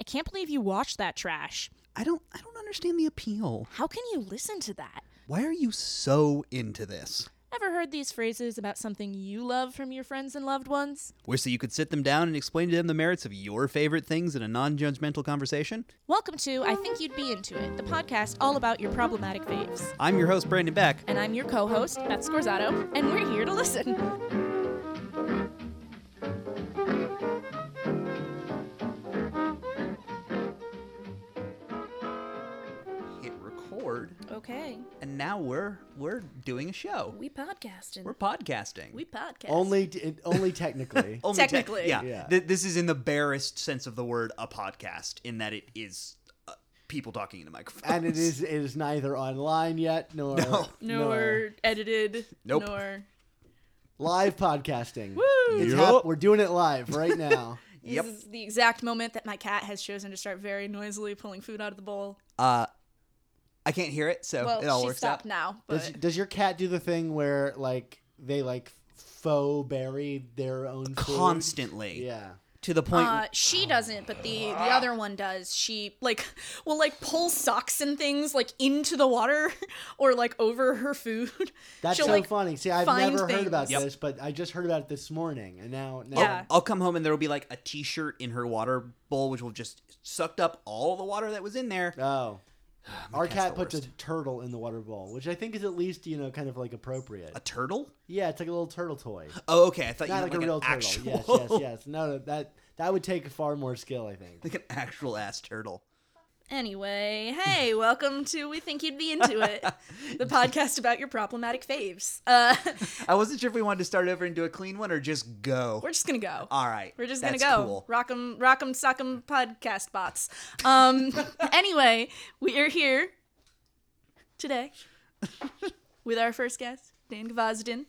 I can't believe you watched that trash. I don't I don't understand the appeal. How can you listen to that? Why are you so into this? Ever heard these phrases about something you love from your friends and loved ones? Wish that you could sit them down and explain to them the merits of your favorite things in a non-judgmental conversation? Welcome to I Think You'd Be Into It, the podcast all about your problematic faves. I'm your host Brandon Beck. And I'm your co host, Beth Scorzato, and we're here to listen. Hit record, Okay. and now we're we're doing a show. We podcasting. We're podcasting. podcast. Only, t- it- only technically. Only tech- Technically. yeah. Yeah. Th- this is in the barest sense of the word a podcast in that it is uh, people talking in a microphone. and it is it is neither online yet nor No. nor edited. Nope. Nor. live podcasting. Woo! It's Yup. hap- we're doing it live right now. Yep. This is the exact moment that my cat has chosen to start very noisily pulling food out of the bowl. Uh I can't hear it, so well, it all she works out. stopped now, but does does your cat do the thing where like they like faux bury their own food? Constantly. Yeah. To the point uh, she doesn't. But the the other one does. She like will like pull socks and things like into the water or like over her food. That's She'll, so like, funny. See, I've find never things. heard about Yep. this, but I just heard about it this morning, and now, now Yeah. I'll come home and there will be like a t-shirt in her water bowl, which will just sucked up all the water that was in there. oh, our cat's cat the puts a turtle in the water bowl, which I think is at least you know kind of like appropriate. A turtle? Yeah, it's like a little turtle toy. Oh, okay. I thought you Not meant like, a real an actual, turtle. Yes, yes, yes. No, no, that that would take far more skill, I think. like an actual ass turtle. Anyway, hey, welcome to We Think You'd Be Into It, the podcast about your problematic faves. Uh, I wasn't sure if we wanted to start over and do a clean one or just go. we're just gonna go. All right, We're just that's gonna go cool. rock 'em, rock 'em, sock 'em podcast bots. Um, anyway, we are here today with our first guest, Dan Gvazdin,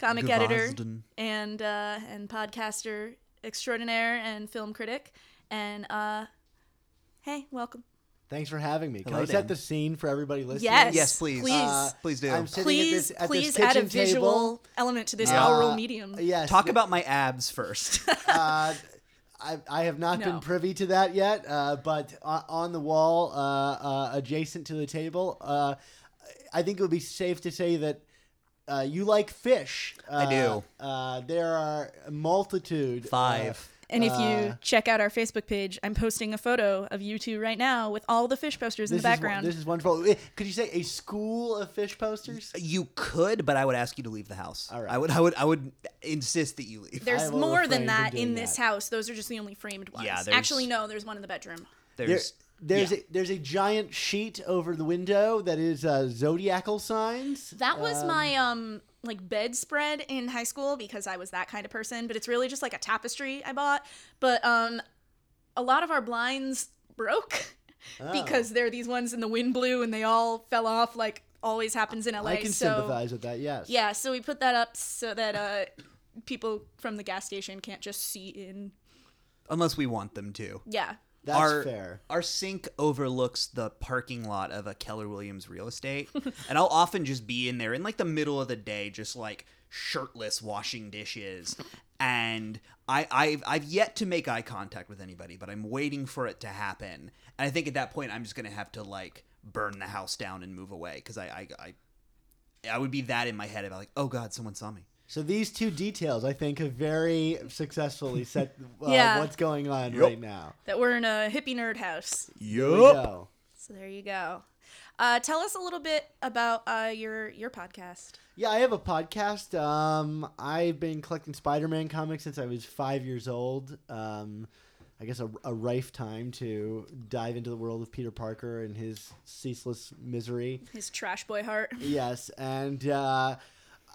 comic editor Gvazdin. and uh, and podcaster extraordinaire and film critic. And uh, hey, welcome. Thanks for having me. Can Hello, I set Dan. the scene for everybody listening? Yes. Yes, please, Please. Uh, please do. I'm sitting at Please, this, at please this add a kitchen table. visual element to this Yeah. oral Uh, medium. Yes. Talk about my abs first. Uh, I, I have not No. been privy to that yet, uh, but on, on the wall, uh, uh, adjacent to the table, uh, I think it would be safe to say that uh, you like fish. Uh, I do. Uh, there are a multitude. uh, Five. And if you check out our Facebook page, I'm posting a photo of you two right now with all the fish posters in the this is one- background. this is wonderful. Eh, Could you say a school of fish posters? you could, but I would ask you to leave the house. All right. I would. I would. I would insist that you leave. There's I will more than refrain from that doing in this that. house. Those are just the only framed ones. Yeah, there's- Actually, no, there's one in the bedroom. There, There's. there's yeah. a, there's a giant sheet over the window that is uh, zodiacal signs. That was my um like bedspread in high school because I was that kind of person, but it's really just like a tapestry I bought. But um a lot of our blinds broke Oh, because they're these ones and the wind blew and they all fell off like always happens in LA. I can so sympathize with that. Yes. yeah, so we put that up so that uh people from the gas station can't just see in. Unless we want them to. Yeah. that's our, fair. Our sink overlooks the parking lot of a Keller Williams real estate. and I'll often just be in there in like the middle of the day, just like shirtless washing dishes. And I, I've, I've yet to make eye contact with anybody, but I'm waiting for it to happen. And I think at that point, I'm just going to have to like burn the house down and move away because I, I, I, I would be that in my head about like, oh God, someone saw me. So these two details, I think, have very successfully set uh, Yeah. what's going on right now. That we're in a hippie nerd house. Here we Yup. go. So there you go. Uh, tell us a little bit about uh, your your podcast. Yeah, I have a podcast. Um, I've been collecting Spider-Man comics since I was five years old. Um, I guess a, a rife time to dive into the world of Peter Parker and his ceaseless misery. His trash boy heart. Yes, and uh,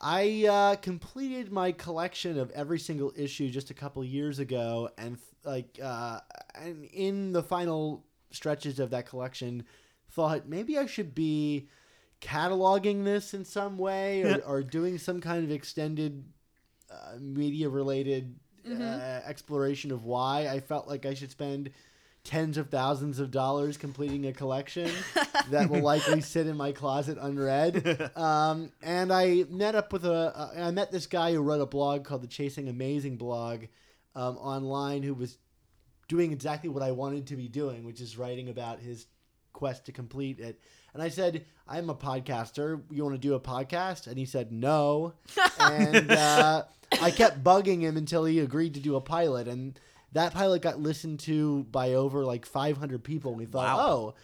I uh, completed my collection of every single issue just a couple years ago, and like, uh, and in the final stretches of that collection, thought maybe I should be cataloging this in some way or, or doing some kind of extended uh, media related uh, exploration of why I felt like I should spend tens of thousands of dollars completing a collection that will likely sit in my closet unread. Um, and I met up with a, uh, I met this guy who wrote a blog called the Chasing Amazing blog um, online who was doing exactly what I wanted to be doing, which is writing about his quest to complete it. And I said, I'm a podcaster. You want to do a podcast? And he said, no. and uh, I kept bugging him until he agreed to do a pilot. And that pilot got listened to by over like 500 people. And we thought, Wow. oh,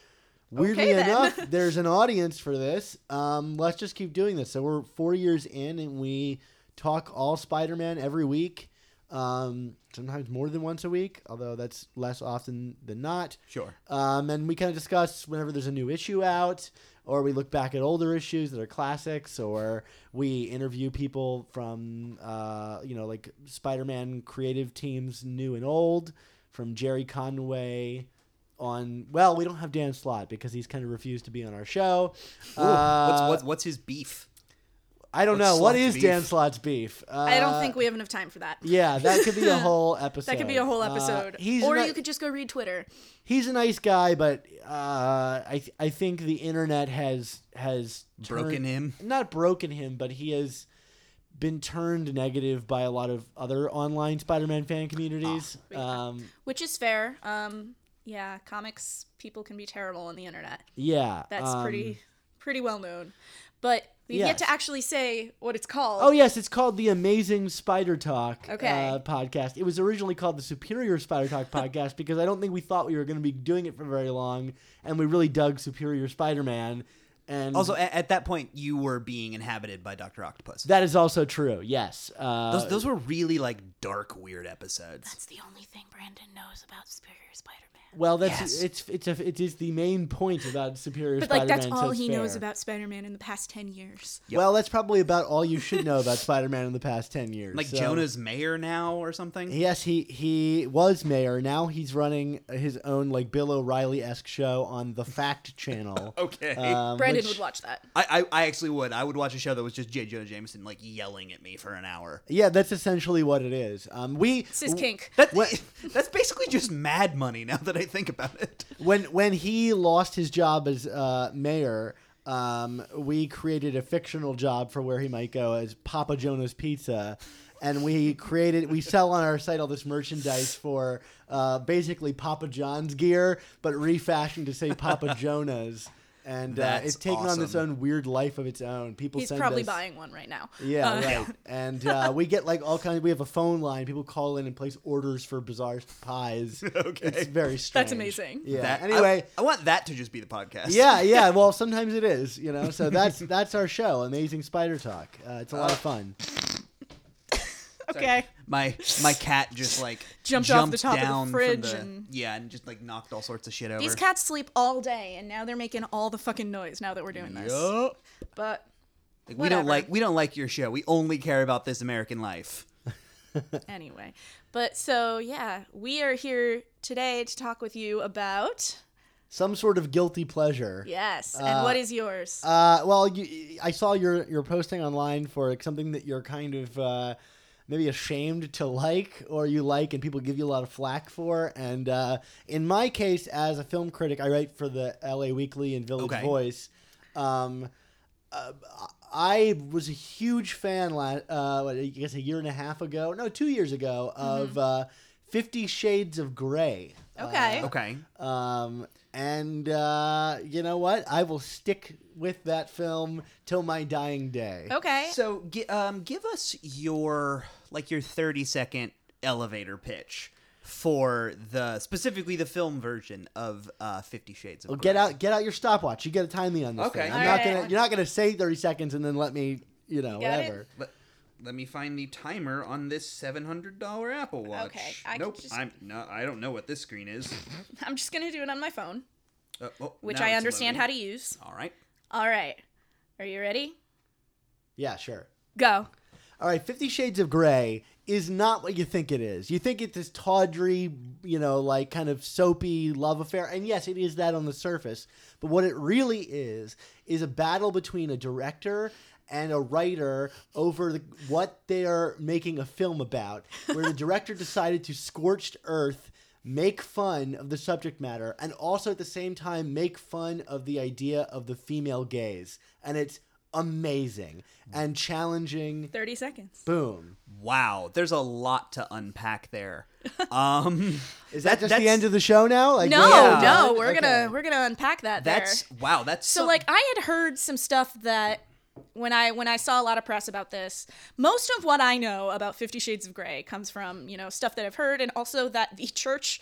weirdly Okay, then. enough, there's an audience for this. Um, let's just keep doing this. So we're four years in and we talk all Spider Man every week. Um, sometimes more than once a week, although that's less often than not. Sure. Um, and we kind of discuss whenever there's a new issue out, or we look back at older issues that are classics, or we interview people from, uh, you know, like Spider Man creative teams, new and old, from Jerry Conway on. Well, we don't have Dan Slott because he's kind of refused to be on our show. Ooh, Uh, what's, what's what's his beef? I don't what's know. What Slott's is beef? Dan Slott's beef? Uh, I don't think we have enough time for that. Yeah, that could be a whole episode. That could be a whole Uh, episode. he's or not- you could just go read Twitter. he's a nice guy, but uh, I th- I think the internet has has Broken turned- him. Not broken him, but he has been turned negative by a lot of other online Spider-Man fan communities. Ah. um, Which is fair. Um, yeah, comics people can be terrible on the internet. yeah, That's um, pretty pretty well known. But we have yet Yes. to actually say what it's called. Oh yes, it's called the Amazing Spider Talk Okay. uh, podcast. It was originally called the Superior Spider Talk podcast because I don't think we thought we were going to be doing it for very long, and we really dug Superior Spider-Man. And Also, at, at that point, you were being inhabited by Doctor Octopus. that is also true. Yes, uh, those, those were really like dark, weird episodes. That's the only thing Brandon knows about Superior Spider-Man. Well, that's Yes. it's it's a, it is the main point about Superior But like Spider-Man. that's so all it's he knows fair. about Spider-Man in the past 10 years. Yep. Well, that's probably about all you should know about Spider-Man in the past ten years. Like so- Jonah's mayor now or something. Yes, he he was mayor. Now he's running his own like Bill O'Reilly esque show on the Fact Channel. Okay. um, Brandon which- would watch that. I, I, I actually would. I would watch a show that was just J. Jonah Jameson like yelling at me for an hour. Yeah, that's essentially what it is. Um, we Sis kink. That, that's basically just mad money now that I think about it. when when he lost his job as uh, mayor, um, we created a fictional job for where he might go as Papa Jonah's Pizza, and we created we sell on our site all this merchandise for uh, basically Papa John's gear, but refashioned to say Papa Jonah's. And uh, That's it's taken on its awesome. own weird life of its own. People He's send probably us, buying one right now. yeah, Uh, right. And uh, we get like all kinds. We have a phone line. People call in and place orders for bizarre pies. Okay. it's very strange. amazing. Yeah. That- I- anyway, I, want that to just be the podcast. yeah, yeah. Well, sometimes it is, you know. So that's that's our show, Amazing Spider Talk. Uh, it's a lot of fun. Okay. My my cat just like Jumped off the top of the down from fridge the- and- yeah, and just like knocked all sorts of shit over. These cats sleep all day and now they're making all the fucking noise now that we're doing this. Yup. But Like, we don't Whatever. like we don't like your show. We only care about this American life. anyway. But so yeah, we are here today to talk with you about Some sort of guilty pleasure. yes, and what is yours? Uh, well, you, I saw your your posting online for like, something that you're kind of uh, maybe ashamed to like, or you like, and people give you a lot of flack for. And uh, in my case, as a film critic, I write for the L.A. Weekly and Village Okay. Voice. Um, uh, I was a huge fan. La- uh, what, I guess a year and a half ago, no, two years ago, of uh, Fifty Shades of Grey. Uh, Okay. Okay. Um, and uh, you know what? I will stick with that film till my dying day. okay. So gi- um, give us your like your 30 second elevator pitch for the specifically the film version of uh, 50 Shades of Well, get Grey. out, get out your stopwatch. You got to time me on this. Okay. thing. I'm All not right. gonna. You're not gonna say 30 seconds and then let me. You know, Got it? whatever. Let, let me find the timer on this $700 Apple Watch. Okay, I nope. could just- I'm no I don't know what this screen is. I'm just gonna do it on my phone, Uh, oh, which now I it's understand how to loading. use. All right. All right. Are you ready? Yeah, sure. Go. All right, Fifty Shades of Grey is not what you think it is. You think it's this tawdry, you know, like kind of soapy love affair. And yes, it is that on the surface. But what it really is, is a battle between a director and a writer over the, what they're making a film about, where the director decided to scorched earth make fun of the subject matter and also at the same time make fun of the idea of the female gaze and it's amazing and challenging Thirty seconds. Boom. Wow, there's a lot to unpack there. Um, Is that, just the that's- end of the show now? Like, no, yeah. no, we're Okay. gonna we're gonna unpack that. there. that's wow. That's So like I had heard some stuff that when I when I saw a lot of press about this, most of what I know about 50 Shades of Grey comes from, you know, stuff that I've heard and also that the church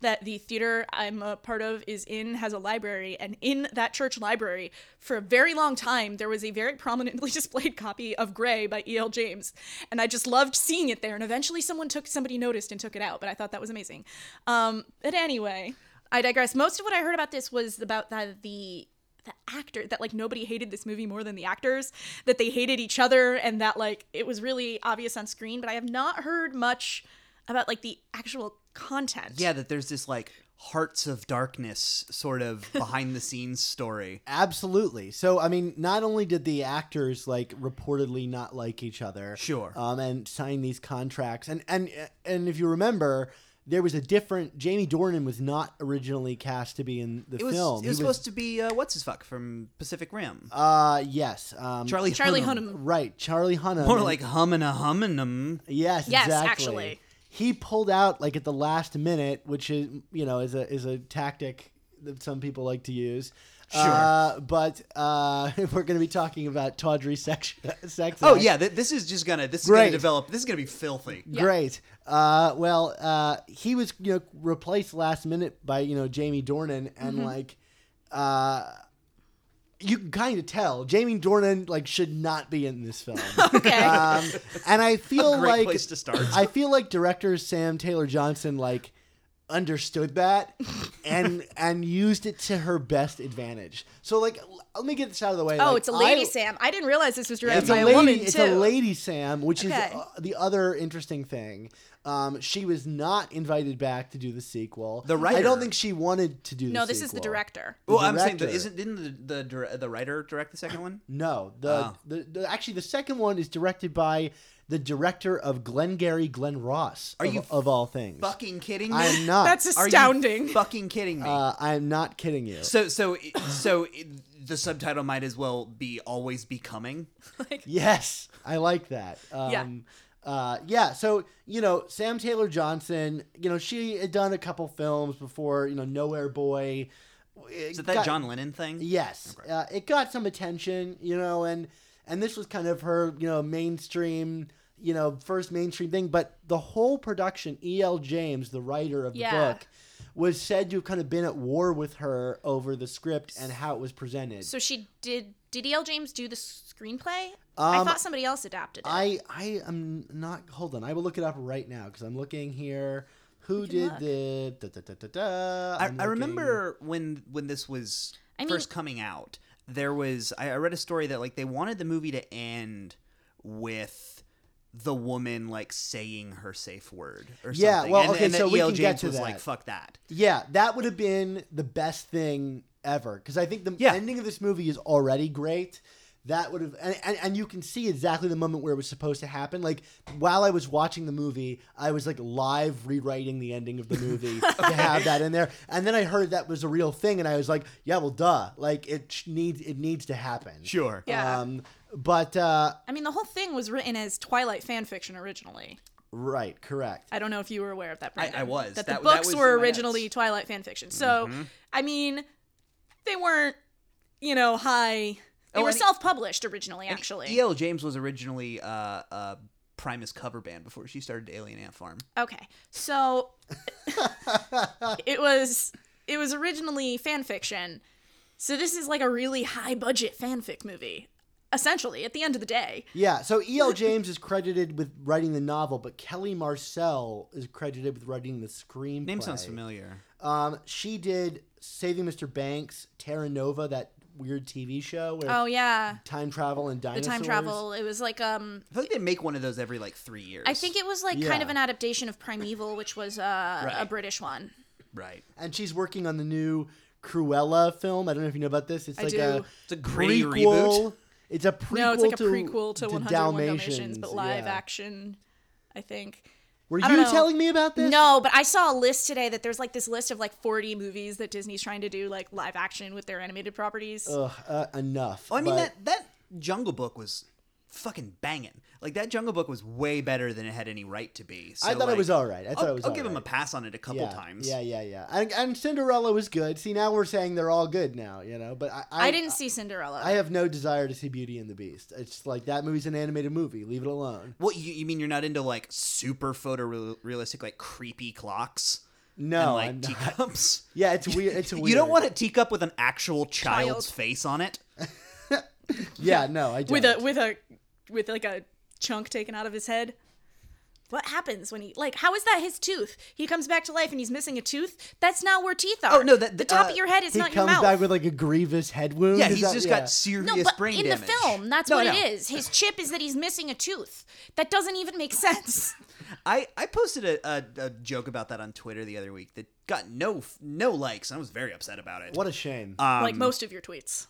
that the theater I'm a part of is in has a library and in that church library for a very long time there was a very prominently displayed copy of Grey by E.L. James and I just loved seeing it there and eventually someone took somebody noticed and took it out but I thought that was amazing. Um but anyway, I digress. Most of what I heard about this was about that the the actor that like nobody hated this movie more than the actors that they hated each other and that like it was really obvious on screen but i have not heard much about like the actual content yeah, that there's this like hearts of darkness sort of behind the scenes story. Absolutely. So, I mean, not only did the actors like reportedly not like each other, Sure. um, and sign these contracts, and and and if you remember, there was a different. Jamie Dornan was not originally cast to be in the It was film. it was supposed to be uh, what's his fuck from Pacific Rim. Uh, yes. Um, Charlie charlie Hunnam. hunnam Right, Charlie Hunnam. More and- like hummin' a hummin' 'em. Yes, Yes, exactly. actually. He pulled out like at the last minute, which is you know is a is a tactic that some people like to use. Sure. Uh, but uh, we're going to be talking about tawdry sex. sex Oh acts. yeah, th- this is just gonna this is Great. gonna develop. This is gonna be filthy. Yeah. Great. Uh, well, uh, he was you know replaced last minute by you know Jamie Dornan, and Mm-hmm. like, uh, you can kind of tell Jamie Dornan like should not be in this film. okay um, and I feel Great like place to start. I feel like director Sam Taylor Johnson like understood that and and used it to her best advantage. So like l- let me get this out of the way. oh Like, it's a lady I- sam i didn't realize this was Yeah, directed It's by a a, lady. woman it's too a lady Sam, which Okay. is uh, the other interesting thing. Um, she was not invited back to do the sequel. The I writer. don't think she wanted to do. no the this is the sequel. director Well, I'm saying that director. isn't didn't the the, dir- the writer direct the second one? No, the, Oh. the, the actually the second one is directed by the director of Glengarry Glen Ross. Are of, you of all things? Fucking kidding me! I'm not. that's Are you astounding fucking kidding me! Uh, I'm not kidding you. so so so the subtitle might as well be always be coming. like, Yes, I like that. Um, yeah. Uh, yeah. So you know, Sam Taylor Johnson. You know, she had done a couple films before. You know, Nowhere Boy. It Is it that got- John Lennon thing? Yes, Okay. uh, it got some attention. You know, and and this was kind of her. You know, mainstream. You know, first mainstream thing. But the whole production, E.L. James, the writer of the Yeah. book, was said to have kind of been at war with her over the script and how it was presented. so she did did el james do the screenplay i Um, thought somebody else adapted it I I am not. Hold on, I will look it up right now because I'm looking here. Who can did look. the da, da, da, da, da. I, I I'm looking- remember when when this was I mean- first coming out, there was I, I read a story that like they wanted the movie to end with the woman like saying her safe word or Yeah, something. well, and, okay, and that so we E.L. can James get to was that. like, "Fuck that." Yeah, that would have been the best thing ever because I think the Yeah. ending of this movie is already great. That would have and, and and you can see exactly the moment where it was supposed to happen. Like while I was watching the movie, I was like live rewriting the ending of the movie to have that in there. And then I heard that was a real thing, and I was like, yeah, well, duh, like it sh- needs it needs to happen. Sure. Yeah. Um, but uh, I mean the whole thing was written as twilight fan fiction originally right, correct. I don't know if you were aware of that. Brandon, I was. That the That- that books was in were my notes. Mm-hmm. originally Twilight fan fiction. So, I mean, they weren't, you know, high. They Oh, were and- E self-published originally, actually. E.L. James was originally uh, uh, Primus cover band before she started Alien Ant Farm. Okay, so it was it was originally fan fiction. So this is like a really high-budget fanfic movie, essentially. At the end of the day, Yeah, so E.L. James is credited with writing the novel, but Kelly Marcel is credited with writing the screenplay. Name sounds familiar. Um, she did Saving Mr. Banks, Terra Nova, that weird TV show where oh yeah, time travel and the dinosaurs. time travel. It was like um, I feel like they make one of those every like three years. I think it was like kind of Yeah. an adaptation of Primeval, which was uh, a Right. British one. right. And she's working on the new Cruella film. I don't know if you know about this. It's I like do. a It's a gritty reboot. prequel. It's a prequel. No, it's like a to, prequel to 101 Dalmatians, but live yeah. action, I think. Were I don't you know. telling me about this? No, but I saw a list today that there's like this list of like 40 movies that Disney's trying to do like live action with their animated properties. Ugh, uh, enough. Well, I mean but- that that Jungle Book was fucking banging. Like that Jungle Book was way better than it had any right to be. So, I thought like, it was all right. I thought I'll, it was. I'll all give him a right. pass on it a couple yeah, times. Yeah, yeah, yeah. And, and Cinderella was good. See, now we're saying they're all good now, you know. But I, I, didn't see Cinderella. I have no desire to see Beauty and the Beast. It's like that movie's an animated movie. Leave it alone. What you, you mean? You're not into like super photorealistic, like creepy clocks and No, like I'm not. teacups. Yeah, it's weird. It's weird. You don't want a teacup with an actual Child. child's face on it. Yeah, no, I don't. with a with a with like a chunk taken out of his head. What happens when he like? How is that his tooth? He comes back to life and he's missing a tooth. That's not where teeth are. Oh, no, that- the top uh, of your head is he not your comes mouth. back with like a grievous head wound. Yeah, Is he's that- just yeah. got serious no, but brain in damage. the film, that's No, what no. it is. His chip is that he's missing a tooth. That doesn't even make sense. I, I posted a, a, a joke about that on Twitter the other week that got no f- no likes, and I was very upset about it. What a shame. Uh, like Um, most of your tweets.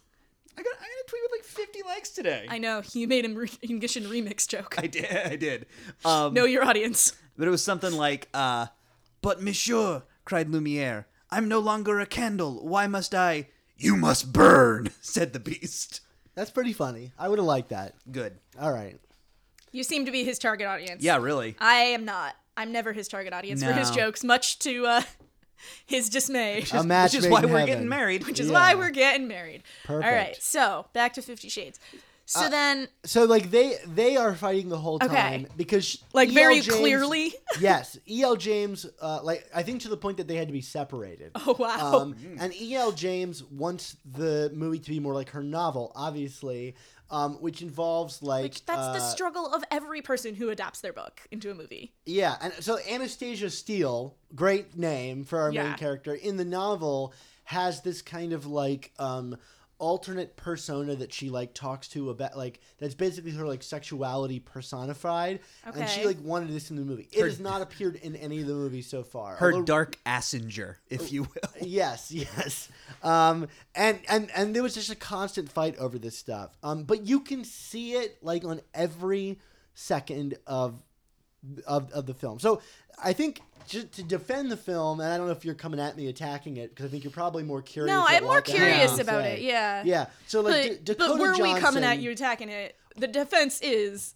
I got I got a tweet with like 50 likes today. I know you made him re- English and remix joke. I did. I did. Um, know your audience. But it was something like, uh, "But Monsieur," cried Lumiere, "I'm no longer a candle. Why must I?" You must burn," said the beast. That's pretty funny. I would have liked that. Good. All right. You seem to be his target audience. Yeah, really. I am not. I'm never his target audience for his No. jokes, much to uh, his dismay. a match Which is made why in we're heaven. getting married. which is Yeah. why we're getting married. All right, Perfect. Uh, so back to Fifty Shades. So then, So like they they are fighting the whole Okay. time because sh- like E.L. very James- clearly, yes, E.L. James. Uh, like I think to the point that they had to be separated. oh wow, Um, and E.L. James wants the movie to be more like her novel, obviously, um, which involves like which that's the uh, struggle of every person who adapts their book into a movie. Yeah, and so Anastasia Steele, great name for our main Yeah. character in the novel, has this kind of like um alternate persona that she like talks to about like that's basically her like sexuality personified and she Okay. like wanted this in the movie it has not appeared in any of the movies so far Her although- dark assinger, if you will. yes yes um and and and there was just a constant fight over this stuff um but you can see it like on every second of of, of the film so i think just to defend the film and i don't know if you're coming at me attacking it because i think you're probably more curious No, at I'm more what the hell curious you about say. it. Yeah, yeah so but, like Da- but Dakota were we coming at Johnson- you attacking it? The defense is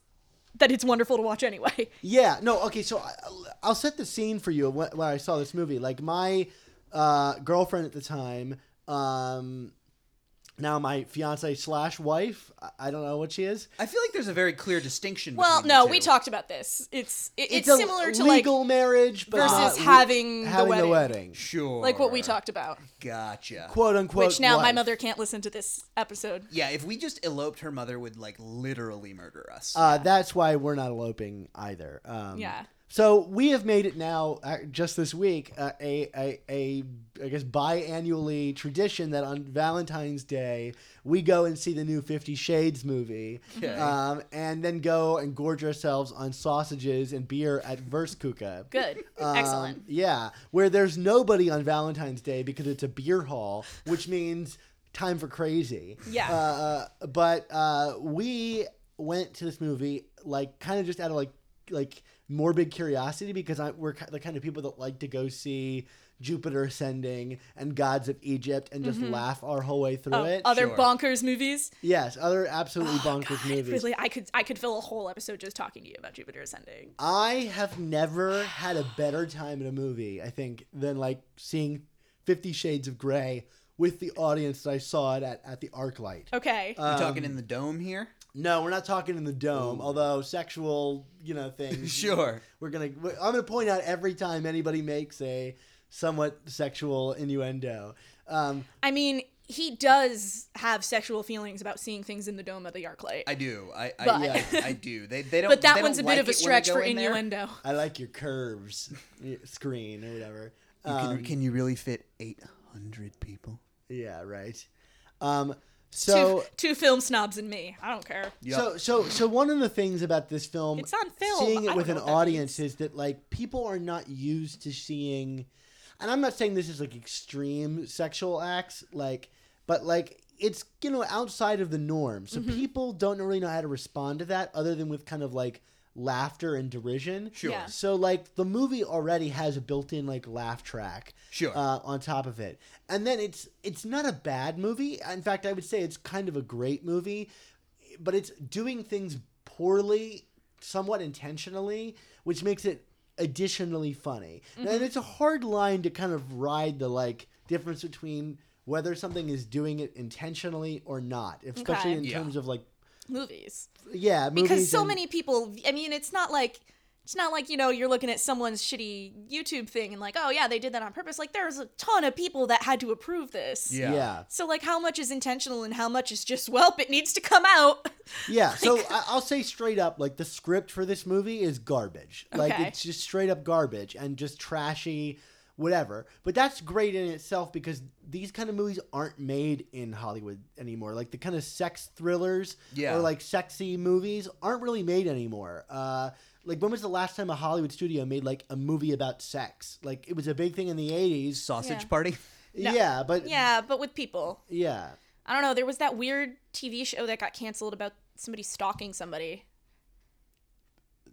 that it's wonderful to watch anyway. Yeah, no, okay, so I- I'll set the scene for you of when, when I saw this movie. Like, my uh, girlfriend at the time, um, now my fiance slash wife, I- I don't know what she is. I feel like there's a very clear distinction. Well, between the no, two. we talked about this. It's it, it's, a similar to like legal marriage but versus not le- having the wedding. Sure. like what we talked about. Gotcha. Quote unquote. Which now my wife. mother can't listen to this episode. yeah, if we just eloped, her mother would like literally murder us. Uh, that's why we're not eloping either. Um, Yeah. So we have made it now, uh, just this week, uh, a, a, a, I guess, biannually tradition that on Valentine's Day, we go and see the new Fifty Shades movie Okay. um, and then go and gorge ourselves on sausages and beer at Verskuka. Good. Um, Excellent. Yeah, where there's nobody on Valentine's Day because it's a beer hall, which means time for crazy. Yeah. Uh, but uh, we went to this movie like kind of just out of like like morbid curiosity because I, we're ki- the kind of people that like to go see Jupiter Ascending and Gods of Egypt and just laugh our whole way through it. Mm-hmm. Oh, Other Sure. bonkers movies. Oh, yes, other absolutely bonkers movies. Really, I could I could fill a whole episode just talking to you about Jupiter Ascending. I have never had a better time in a movie, I think, than like seeing Fifty Shades of Grey with the audience that I saw it at at the ArcLight. Okay. you talking in the dome here? No, we're not talking in the dome, although sexual, you know, things. Sure. We're gonna. we're- I'm gonna point out every time anybody makes a somewhat sexual innuendo. Um, I mean, he does have sexual feelings about seeing things in the dome of the Arclight. I do. I I, But- yeah, I do. They they don't. but they that don't one's a bit like of a it when I stretch go for in there. innuendo. I like your curves y- screen or whatever. You Um, can, can you really fit 800 people? yeah, right. Um, so two, two film snobs and me. I don't care. So so so one of the things about this film, It's on film. seeing I it don't with know an what that audience is that like people are not used to seeing, and I'm not saying this is like extreme sexual acts, like, but like it's you know outside of the norm, so Mm-hmm. people don't really know how to respond to that other than with kind of like laughter and derision. Sure. Yeah. So like the movie already has a built-in like laugh track Sure. uh, on top of it, and then it's it's not a bad movie. In fact, I would say it's kind of a great movie, but it's doing things poorly, somewhat intentionally, which makes it additionally funny. Mm-hmm. And it's a hard line to kind of ride the like difference between whether something is doing it intentionally or not, especially Okay. in Yeah. terms of like movies yeah, because movies so and- many people i mean it's not like it's not like you know you're looking at someone's shitty youtube thing and like oh yeah they did that on purpose like there's a ton of people that had to approve this Yeah. yeah. so like how much is intentional and how much is just well it needs to come out Yeah, so I, I'll say straight up, like the script for this movie is garbage. Like Okay. it's just straight up garbage and just trashy, whatever. But that's great in itself because these kind of movies aren't made in Hollywood anymore. Like the kind of sex thrillers Yeah. or like sexy movies aren't really made anymore. Uh, like when was the last time a Hollywood studio made like a movie about sex? Like it was a big thing in the '80s. Sausage Yeah. party. No. Yeah, but yeah but with people yeah. i don't know there was that weird tv show that got canceled about somebody stalking somebody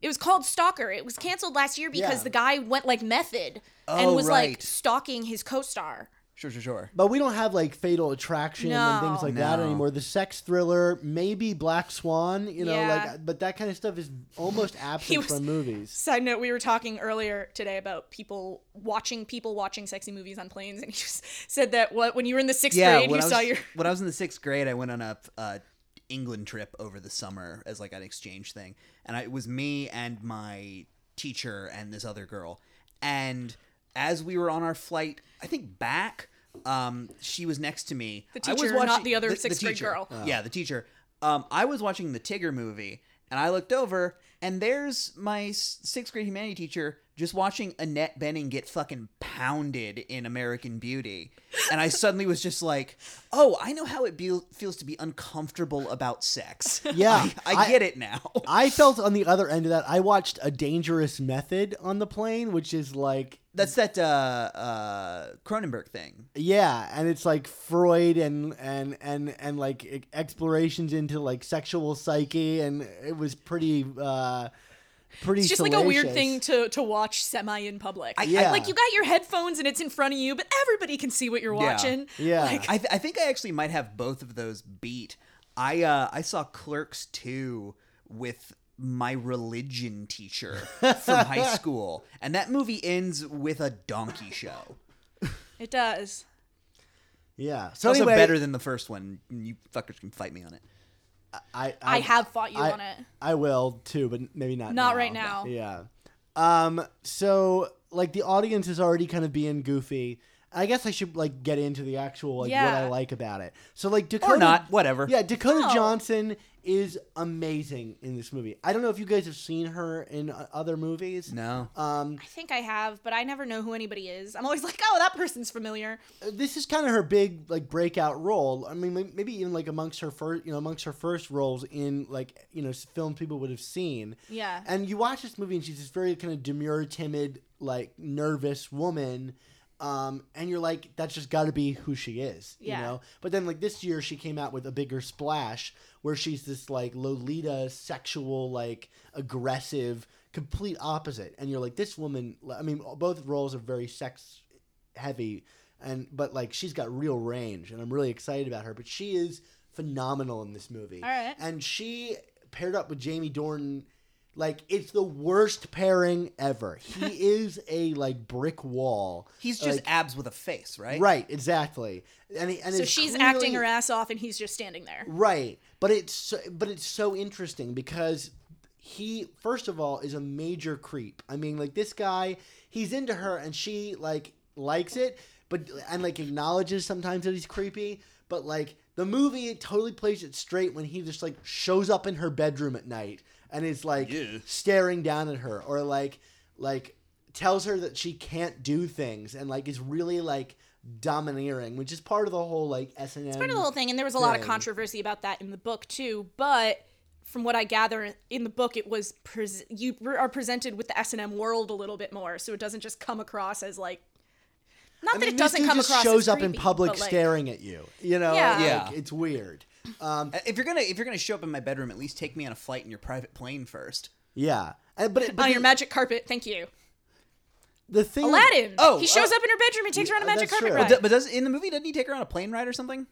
it was called stalker it was canceled last year because Yeah. the guy went like method and Oh, was like right. stalking his co-star Sure, sure, sure. But we don't have like Fatal Attraction and things No. like that No. anymore. The sex thriller, maybe Black Swan, you know, Yeah. like but that kind of stuff is almost absent was- from movies. Side note, we were talking earlier today about people watching people watching sexy movies on planes, and you just said that what when you were in the sixth grade, you when I was, saw your. when I was in the sixth grade, I went on a uh, England trip over the summer as like an exchange thing, and I, it was me and my teacher and this other girl. And as we were on our flight, I think back, um, she was next to me. The I was teacher, not the other sixth grade teacher. girl. Yeah, the teacher. Um, I was watching the Tigger movie, and I looked over, and there's my s- sixth grade humanity teacher just watching Annette Benning get fucking pounded in American Beauty, and I suddenly was just like, "Oh, I know how it be- feels to be uncomfortable about sex. Yeah, I, I- I get it now." I felt on the other end of that. I watched A Dangerous Method on the plane, which is like That's that uh, uh, Cronenberg thing. yeah, and it's like Freud and and and and like e- explorations into like sexual psyche and it was pretty uh pretty It's just like a weird salacious. thing to, to watch semi in public. Yeah. Like you got your headphones and it's in front of you, but everybody can see what you're Yeah. watching. Yeah. Like, I, th- I think I actually might have both of those beat. I uh, I saw Clerks 2 with my religion teacher from high school, and that movie ends with a donkey show. it does. Yeah. It's So also anyway, better than the first one. You fuckers can fight me on it. I, I, I have fought you I- on it. I will too, but maybe not. Not now. right now. Yeah. Um. So like the audience is already kind of being goofy. I guess I should like get into the actual like what Yeah. I like about it. So like Dakota Or not, whatever. Yeah, Dakota No. Johnson is amazing in this movie. I don't know if you guys have seen her in uh, other movies. No. Um, I think I have, but I never know who anybody is. I'm always like, oh, that person's familiar. Uh, this is kind of her big like breakout role. I mean, may- maybe even like amongst her first, you know, amongst her first roles in like you know s- films people would have seen. Yeah. And you watch this movie, and she's this very kind of demure, timid, like nervous woman. Um, and you're like, that's just got to be who she is, Yeah. you know. But then, like this year, she came out with a bigger splash where she's this like Lolita, sexual, like aggressive, complete opposite. And you're like, this woman. I mean, both roles are very sex heavy, and but like she's got real range, and I'm really excited about her. But she is phenomenal in this movie. All right. And she paired up with Jamie Dornan. Like it's the worst pairing ever. He is a like brick wall. He's just like- abs with a face, right? right, exactly. And, he- and So it's she's clearly- acting her ass off and he's just standing there. Right, but it's so, but it's so interesting because he first of all is a major creep. I mean, like this guy, he's into her and she like likes it, but and like acknowledges sometimes that he's creepy. But like the movie, it totally plays it straight when he just like shows up in her bedroom at night and is like Yeah. staring down at her or like like tells her that she can't do things and like is really like domineering, which is part of the whole like S and M. part of the whole thing, and there was a lot of thing. controversy about that in the book too. But from what I gather in the book, it was pres you pre- are presented with the S and M world a little bit more, so it doesn't just come across as like. Not that I mean, it this doesn't dude come just across. shows as up in creepy, public but, like, staring at you. You know, Yeah. like, Yeah. it's weird. Um, Uh, If you're gonna if you're gonna show up in my bedroom, at least take me on a flight in your private plane first. yeah, And- but, it- but on the, your magic carpet. Thank you, the thing Aladdin. Oh, he shows uh, up in her bedroom and takes her on a yeah, magic that's carpet true. ride. But does in the movie doesn't he take her on a plane ride or something?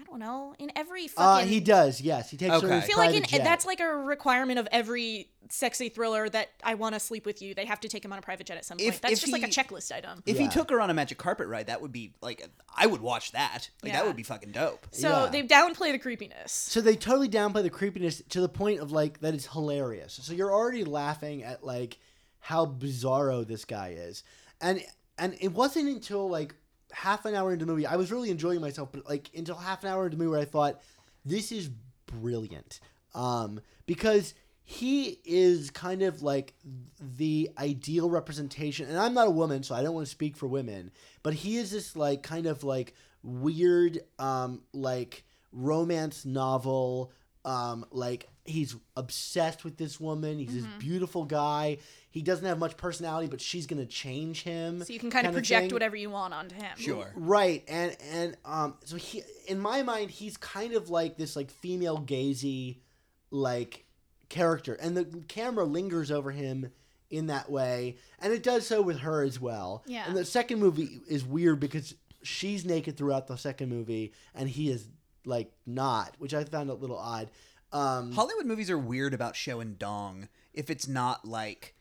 I don't know. In every Uh, fucking he does. Yes, he takes her. in Okay. I his feel like private in, jet. that's like a requirement of every sexy thriller that I want to sleep with you. They have to take him on a private jet at some point. If- that's if just like a he- checklist item. If he Yeah. took her on a magic carpet ride, that would be like I would watch that. Like Yeah. that would be fucking dope. So yeah. they downplay the creepiness. so they totally downplay the creepiness to the point of like that it's hilarious. So you're already laughing at like how bizarro this guy is, and and it wasn't until like half an hour into the movie I was really enjoying myself, but like until half an hour into the movie where I thought this is brilliant, um, because he is kind of like the ideal representation, and I'm not a woman, so I don't want to speak for women, but he is this like kind of like weird um like romance novel um like he's obsessed with this woman he's Mm-hmm. this beautiful guy he doesn't have much personality but she's gonna change him So you can kind of kinda project thing. whatever you want onto him. Sure. right and and um so he in my mind he's kind of like this like female gazy like character and the camera lingers over him in that way and it does so with her as well Yeah. and the second movie is weird because she's naked throughout the second movie and he is like not which i found a little odd um Hollywood movies are weird about show and dong if it's not like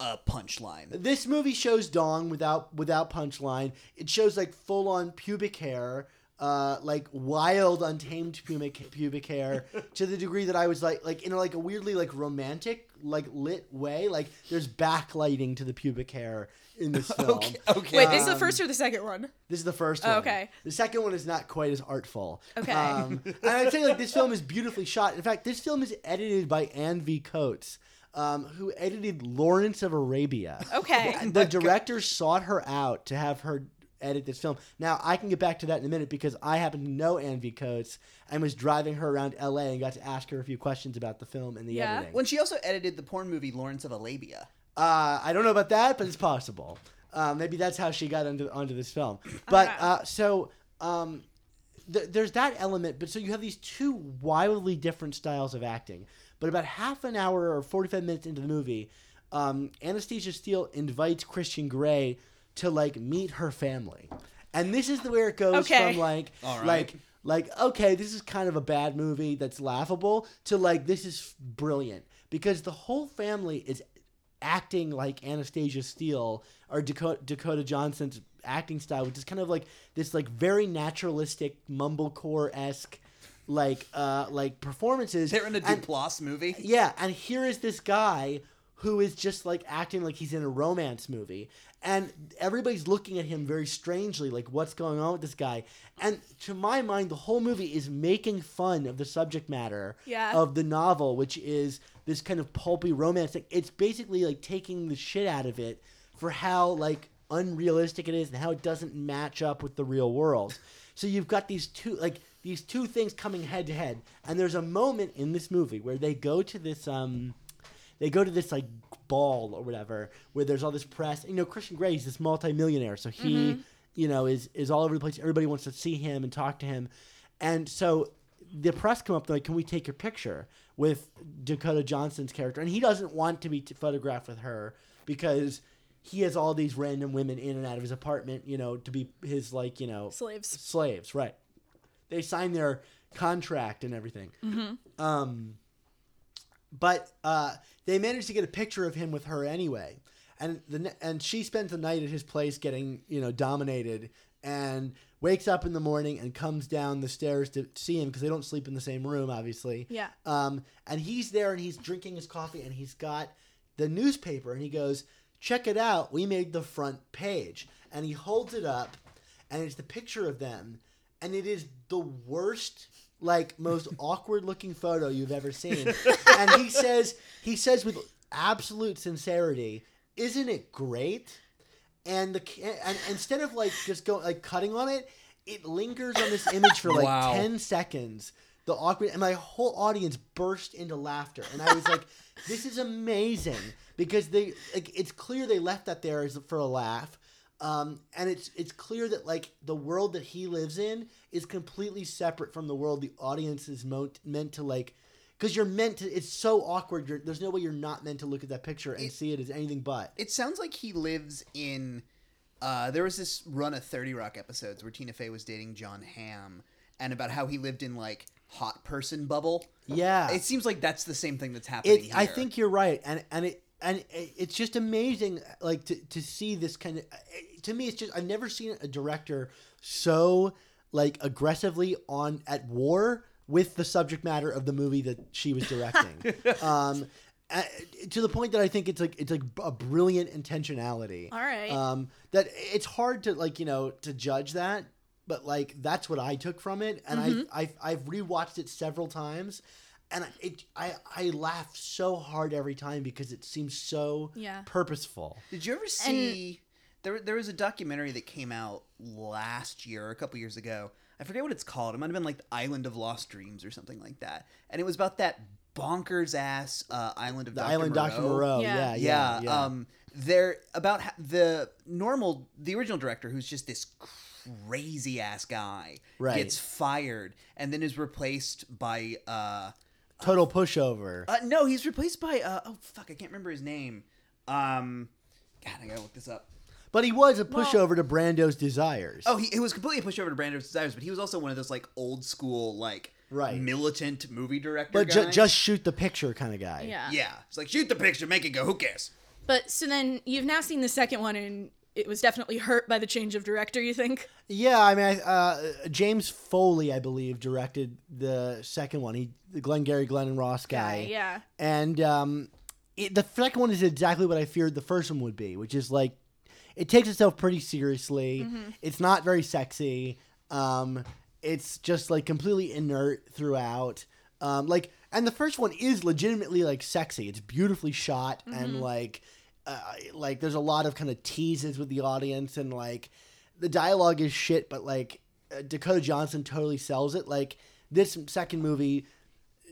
a punchline. This movie shows dong without without punchline. It shows like full on pubic hair, uh, like wild, untamed pubic pubic hair, to the degree that I was like like in a, like a weirdly like romantic like lit way. Like there's backlighting to the pubic hair in this film. Okay. okay. Wait, this is the Um, first or the second one? This is the first Oh, one. okay. The second one is not quite as artful. Okay. Um, and I'd say like this film is beautifully shot. In fact, this film is edited by Ann V. Coates, um, who edited Lawrence of Arabia. Okay. And the director sought her out to have her edit this film. Now I can get back to that in a minute because I happen to know Ann V. Coates and was driving her around L.A. and got to ask her a few questions about the film and the Yeah. editing. when she also edited the porn movie Lawrence of Arabia. Uh, I don't know about that, but it's possible. Uh, maybe that's how she got onto onto this film. But Okay. uh, so um, th- there's that element. But so you have these two wildly different styles of acting. But about half an hour or 45 minutes into the movie, um, Anastasia Steele invites Christian Grey to like meet her family, and this is the where it goes Okay. from like All right. like like okay this is kind of a bad movie that's laughable to like this is brilliant because the whole family is acting like Anastasia Steele or Dakota, Dakota Johnson's acting style which is kind of like this like very naturalistic mumblecore-esque like uh like performances They're in a And- Duplass movie. yeah, and here is this guy who is just like acting like he's in a romance movie, and everybody's looking at him very strangely, like what's going on with this guy. And to my mind, the whole movie is making fun of the subject matter Yeah. of the novel, which is this kind of pulpy romance. thing. It's basically like taking the shit out of it for how like unrealistic it is and how it doesn't match up with the real world. So you've got these two like these two things coming head to head, and there's a moment in this movie where they go to this um they go to this like ball or whatever where there's all this press. You know, Christian Grey is this multimillionaire, so he you know is is all over the place. Everybody wants to see him and talk to him, and so the press come up they're like, "Can we take your picture with Dakota Johnson's character?" And he doesn't want to be t- photographed with her because. He has all these random women in and out of his apartment, you know, to be his like, you know, Slaves. slaves, right? They sign their contract and everything. Um, but uh, they managed to get a picture of him with her anyway, and the ne- and she spends the night at his place getting you know dominated, and wakes up in the morning and comes down the stairs to see him because they don't sleep in the same room, obviously. Yeah. Um, and he's there and he's drinking his coffee and he's got the newspaper and he goes, "Check it out, we made the front page." And he holds it up, and it's the picture of them, and it is the worst, like most awkward looking photo you've ever seen. and he says, he says with absolute sincerity, "Isn't it great?" and the ca- and instead of like just going like cutting on it, it lingers on this image for like Wow. ten seconds. The awkward and my whole audience burst into laughter, and I was like, "This is amazing!" Because they like it's clear they left that there is for a laugh, um, and it's it's clear that like the world that he lives in is completely separate from the world the audience is mo- meant to like. Because you're meant to, it's so awkward. You're, there's no way you're not meant to look at that picture and see it as anything but. It sounds like he lives in. Uh, there was this run of Thirty Rock episodes where Tina Fey was dating John Hamm, and about how he lived in like hot person bubble. Yeah. It seems like that's the same thing that's happening. it, I here. think you're right, and and it and it- it's just amazing, like to to see this kind of. To me, it's just I've never seen a director so like aggressively on at war with the subject matter of the movie that she was directing. um, uh, to the point that I think it's like it's like a brilliant intentionality. All right. Um, that it's hard to like you know to judge that, but like that's what I took from it, and Mm-hmm. I I've, I've rewatched it several times, and I- it I I laugh so hard every time because it seems so Yeah. purposeful. Did you ever see there there was a documentary that came out last year, a couple years ago. I forget what it's called. It might have been like the Island of Lost Dreams or something like that. And it was about that bonkers ass uh, Island of The Dr. island Doctor Moreau, Yeah. yeah, yeah, Yeah, yeah. um they're about ha- the normal the original director who's just this crazy ass guy Right. gets fired and then is replaced by uh Total pushover. uh, no, he's replaced by uh, oh fuck, I can't remember his name. Um, God, I gotta look this up. But he was a well- pushover to Brando's desires. Oh, he, he was completely pushed over to Brando's desires, but he was also one of those like old school like Right. militant movie director. but ju- guys. just shoot the picture kind of guy. yeah. yeah, it's like shoot the picture, make it go. Who cares? But so then you've now seen the second one, and it was definitely hurt by the change of director. You think? Yeah, I mean, I- uh, James Foley, I believe, directed the second one. He, the Glengarry Glenn and Ross guy. yeah. And um, it, the second one is exactly what I feared the first one would be, which is like, it takes itself pretty seriously. Mm-hmm. It's not very sexy. Um, it's just like completely inert throughout. Um, like, and the first one is legitimately like sexy. It's beautifully shot Mm-hmm. and like, uh, like there's a lot of kind of teases with the audience and like, the dialogue is shit, but like uh, Dakota Johnson totally sells it. Like this second movie,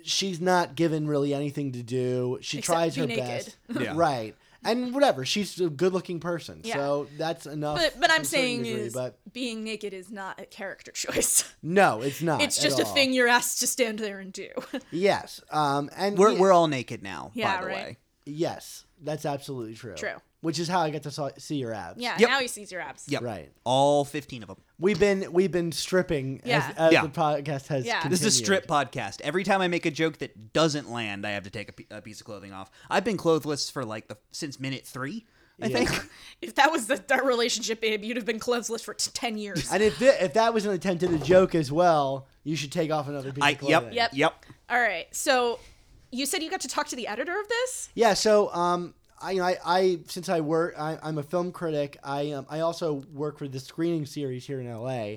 she's not given really anything to do. She Except tries be her naked. best, Yeah. right? And whatever, she's a good-looking person, Yeah. so that's enough. But but to I'm a certain saying degree, is but being naked is not a character choice. no, it's not. it's at just a all. thing you're asked to stand there and do. Yes, um, and We're yeah, we're all naked now. Yeah, by the right. way. yes, that's absolutely true. True. Which is how I get to saw, see your abs. yeah. Yep. Now he sees your abs. Yep. Right. All fifteen of them. We've been we've been stripping Yeah. as, as Yeah. the podcast has. Yeah. This is a continued. strip podcast. Every time I make a joke that doesn't land, I have to take a, p- a piece of clothing off. I've been clothless for like the since minute three. I Yeah. think. If that was the, that relationship, babe, you'd have been clothesless for t- ten years. And if, th- if that was an attempt at a joke as well, you should take off another piece I of clothing. yep Yep. yep. All right. So you said you got to talk to the editor of this. Yeah. So, um, I, you know, I, I since I work, I, I'm a film critic. I, um, I also work for the screening series here in LA,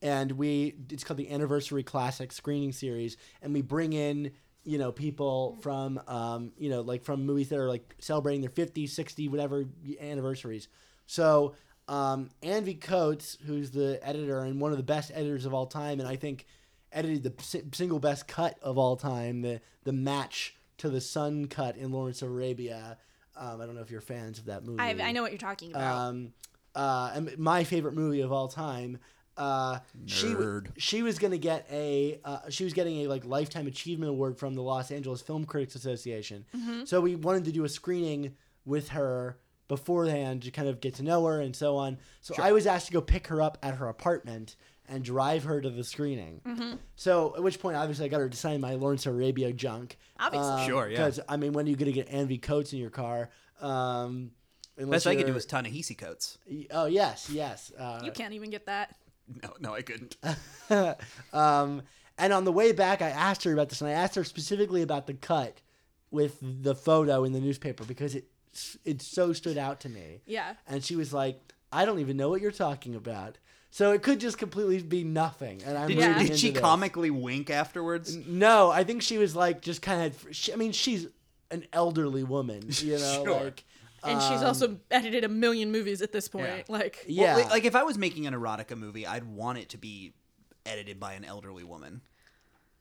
and we it's called the Anniversary Classic Screening Series, and we bring in you know people from um, you know like from movies that are like celebrating their 50, 60, whatever anniversaries. So. Um, Andy Coates, who's the editor and one of the best editors of all time, and I think edited the si- single best cut of all time, the the match to the sun cut in Lawrence of Arabia. Um, I don't know if you're fans of that movie. I, I know what you're talking about. Um, uh, and my favorite movie of all time. Uh, she w- Nerd. she was gonna get a uh, she was getting a like lifetime achievement award from the Los Angeles Film Critics Association. So we wanted to do a screening with her beforehand to kind of get to know her and so on. So I was asked to go pick her up at her apartment and drive her to the screening. So at which point, obviously, I got her to sign my Lawrence of Arabia junk. Obviously. Sure, yeah. Because I mean, when are you gonna get Envy Coates in your car? Um, unless Best I could do you're- is Tanahisi coats. Oh yes, yes. Uh, you can't even get that. No, no, I couldn't. um, and on the way back, I asked her about this, and I asked her specifically about the cut with the photo in the newspaper because it it so stood out to me. Yeah. And she was like, "I don't even know what you're talking about." So it could just completely be nothing. And I'm Did, reading you, into did she this. comically wink afterwards? No, I think she was like just kind of. She, I mean, she's an elderly woman, you know. Sure. Like, And she's um, also edited a million movies at this point. Yeah. Like. yeah. Well, like if I was making an erotica movie, I'd want it to be edited by an elderly woman.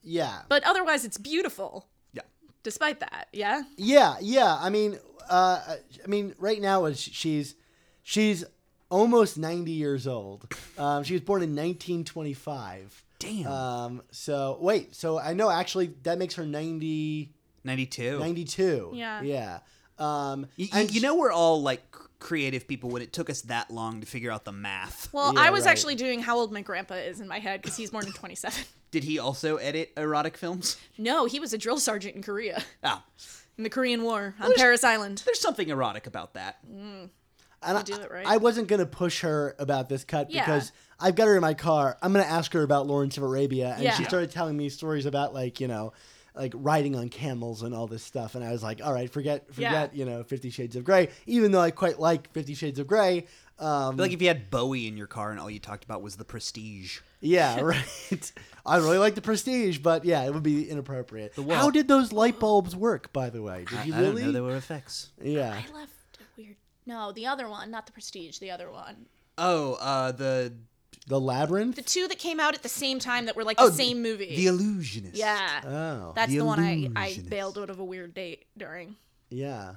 yeah. But otherwise, it's beautiful. Yeah. Despite that, yeah. Yeah, yeah. I mean, uh, I mean, right now is- she's she's almost ninety years old. Um, she was born in nineteen twenty five. Damn. Um, so wait, so I know actually that makes her 90, 92. 92. Yeah. Yeah. Um, You, you- and you know, we're all like c- creative people when it took us that long to figure out the math. Well, Yeah, I was right. actually doing how old my grandpa is in my head because he's more than 27. Did he also edit erotic films? No, he was a drill sergeant in Korea, Oh, in the Korean War, on Paris Island. there's something erotic about that. and I, do it right. I wasn't gonna push her about this cut Yeah. because I've got her in my car. I'm gonna ask her about Lawrence of Arabia, and Yeah. she Yeah. started telling me stories about like you know, like riding on camels and all this stuff. And I was like, all right, forget forget you know Fifty Shades of Grey. Even though I quite like Fifty Shades of Grey. Um, Like if you had Bowie in your car and all you talked about was the prestige. yeah, right. I really like the Prestige, but yeah, it would be inappropriate. The what? How did those light bulbs work, by the way? Did you I really? don't know there were effects. yeah. I left a weird. No, the other one, not the Prestige, the other one. Oh, uh, the The labyrinth. The two that came out at the same time that were like Oh, the same movie. the illusionist. yeah. Oh, That's The the, one I, I Illusionist. bailed out of a weird date during. yeah.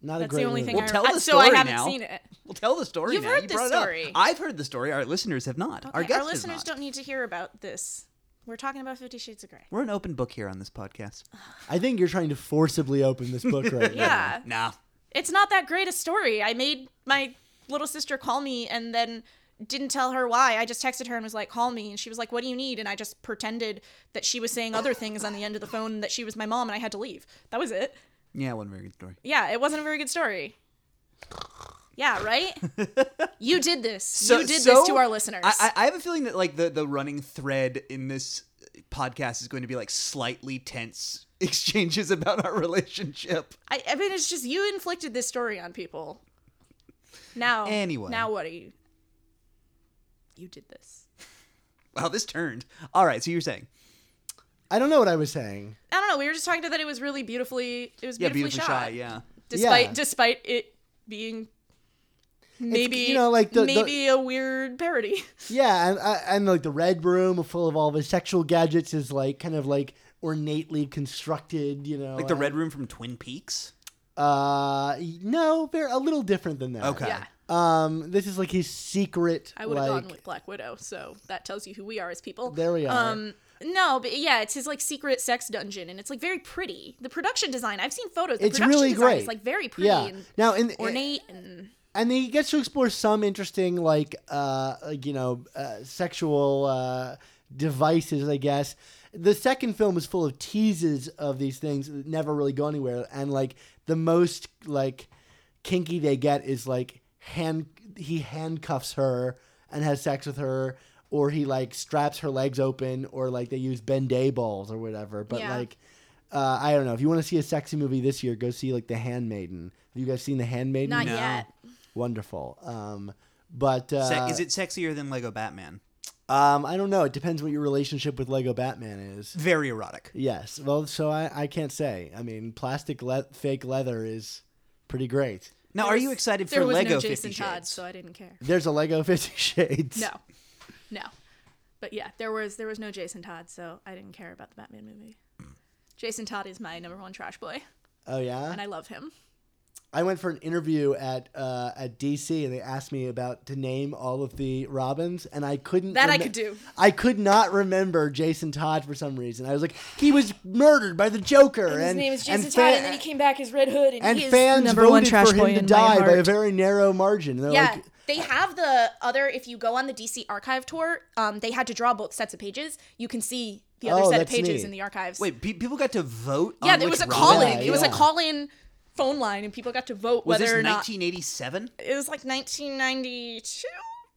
Not a That's great the only movie. thing Well, I tell remember. the So I story haven't now. seen it. Well, tell the story You've now. heard you the brought it story. up. I've heard the story. Our listeners have not. Okay, our guests our have listeners not. don't need to hear about this. We're talking about Fifty Shades of Grey. We're an open book here on this podcast. Uh-huh. I think you're trying to forcibly open this book right now. Yeah. Nah. It's not that great a story. I made my little sister call me and then didn't tell her why. I just texted her and was like, call me. And she was like, what do you need? And I just pretended that she was saying other things on the end of the phone and that she was my mom and I had to leave. That was it. Yeah, one very good story. Yeah, it wasn't a very good story. Yeah, right? you did this. you did so- this to our listeners. I, I I have a feeling that like the the running thread in this podcast is going to be like slightly tense exchanges about our relationship. I, I mean, it's just you inflicted this story on people. Now, Anyway. now what are you? You did this. Wow, this turned. All right, so you're saying I don't know what I was saying. I don't know. We were just talking to that. It was really beautifully. It was yeah, beautifully, beautifully shot. shy. Yeah, Despite Yeah. despite it being maybe you know, like the- the- maybe a weird parody. Yeah, and, I- and like the red room full of all of his sexual gadgets is like kind of like ornately constructed, you know. like the and- red room from Twin Peaks. Uh, no, they're a little different than that. Okay. yeah, Um, this is like his secret. I would have like, gone with Black Widow. So that tells you who we are as people. There we are. Um, no, but yeah, it's his like secret sex dungeon, and it's like very pretty. The production design. I've seen photos. The It's production really design great. Is like very pretty Yeah. and Now in ornate and and he gets to explore some interesting like uh like, you know uh, sexual uh devices i guess the second film is full of teases of these things that never really go anywhere and like the most like kinky they get is like hand he handcuffs her and has sex with her or he like straps her legs open or like they use bend-aid balls or whatever but Yeah. like uh, I don't know. If you want to see a sexy movie this year, go see like The Handmaiden. Have you guys seen The Handmaiden? not No. yet. wonderful. Um, but uh, Se- is it sexier than Lego Batman? Um, I don't know. It depends what your relationship with Lego Batman is. Very erotic. Yes. Well, so I, I can't say. I mean, plastic le- fake leather is pretty great. Now, There are was- you excited There for was Lego no Jason Fifty Todd, Shades? so I didn't care. There's a Lego Fifty Shades. No, no, but yeah, there was there was no Jason Todd, so I didn't care about the Batman movie. Jason Todd is my number one trash boy, Oh yeah. and I love him. I went for an interview at uh, at DC, and they asked me about to name all of the Robins, and I couldn't. That I remem- could do. I could not remember Jason Todd for some reason. I was like, he was murdered by the Joker, and, fa- came back as Red Hood, and fans voted for him to die by a very narrow margin. And they're Yeah, like, they have the other. If you go on the DC archive tour, um, they had to draw both sets of pages. You can see the other Oh, set of that's pages neat. in the archives. Wait, pe- people got to vote. yeah, on there which was a Robin? call in. Yeah, it was a yeah. call in phone line, and people got to vote Was whether this or not 1987? it was like 1992,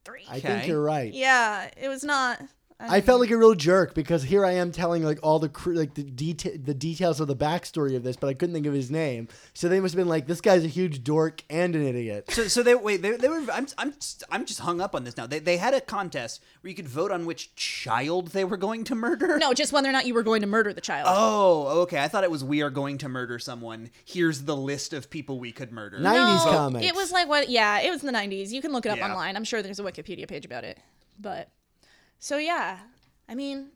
three. I Okay. think you're right. Yeah, it was not. I felt like a real jerk because here I am telling like all the cr- like the detail the details of the backstory of this, but I couldn't think of his name. So they must have been like, this guy's a huge dork and an idiot. So, so they wait. They, they were. I'm, I'm, just, I'm just hung up on this now. They, they had a contest where you could vote on which child they were going to murder. No, just whether or not you were going to murder the child. Oh, okay. I thought it was we are going to murder someone. Here's the list of people we could murder. Nice. 90s No, Oh, comics. It was like what? Yeah, it was in the nineties. You can look it up Yeah. online. I'm sure there's a Wikipedia page about it. But so yeah, I mean,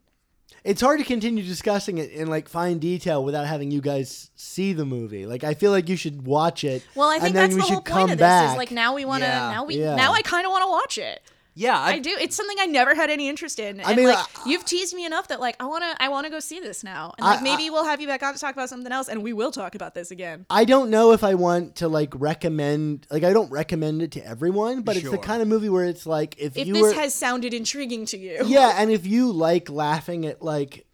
It's hard to continue discussing it in like fine detail without having you guys see the movie. Like I feel like you should watch it. well, I and think then that's we the whole should point come of this. back. Is like now we want to. Yeah. Now we. Yeah. Now I kind of want to watch it. Yeah, I, I, do. It's something I never had any interest in. And I mean, like I- you've teased me enough that like I wanna I wanna go see this now. And like I- maybe we'll have you back on to talk about something else and we will talk about this again. I don't know if I want to like recommend like I don't recommend it to everyone, but it's the Sure. kind of movie where it's like if, If you this were has sounded intriguing to you. yeah, and if you like laughing at like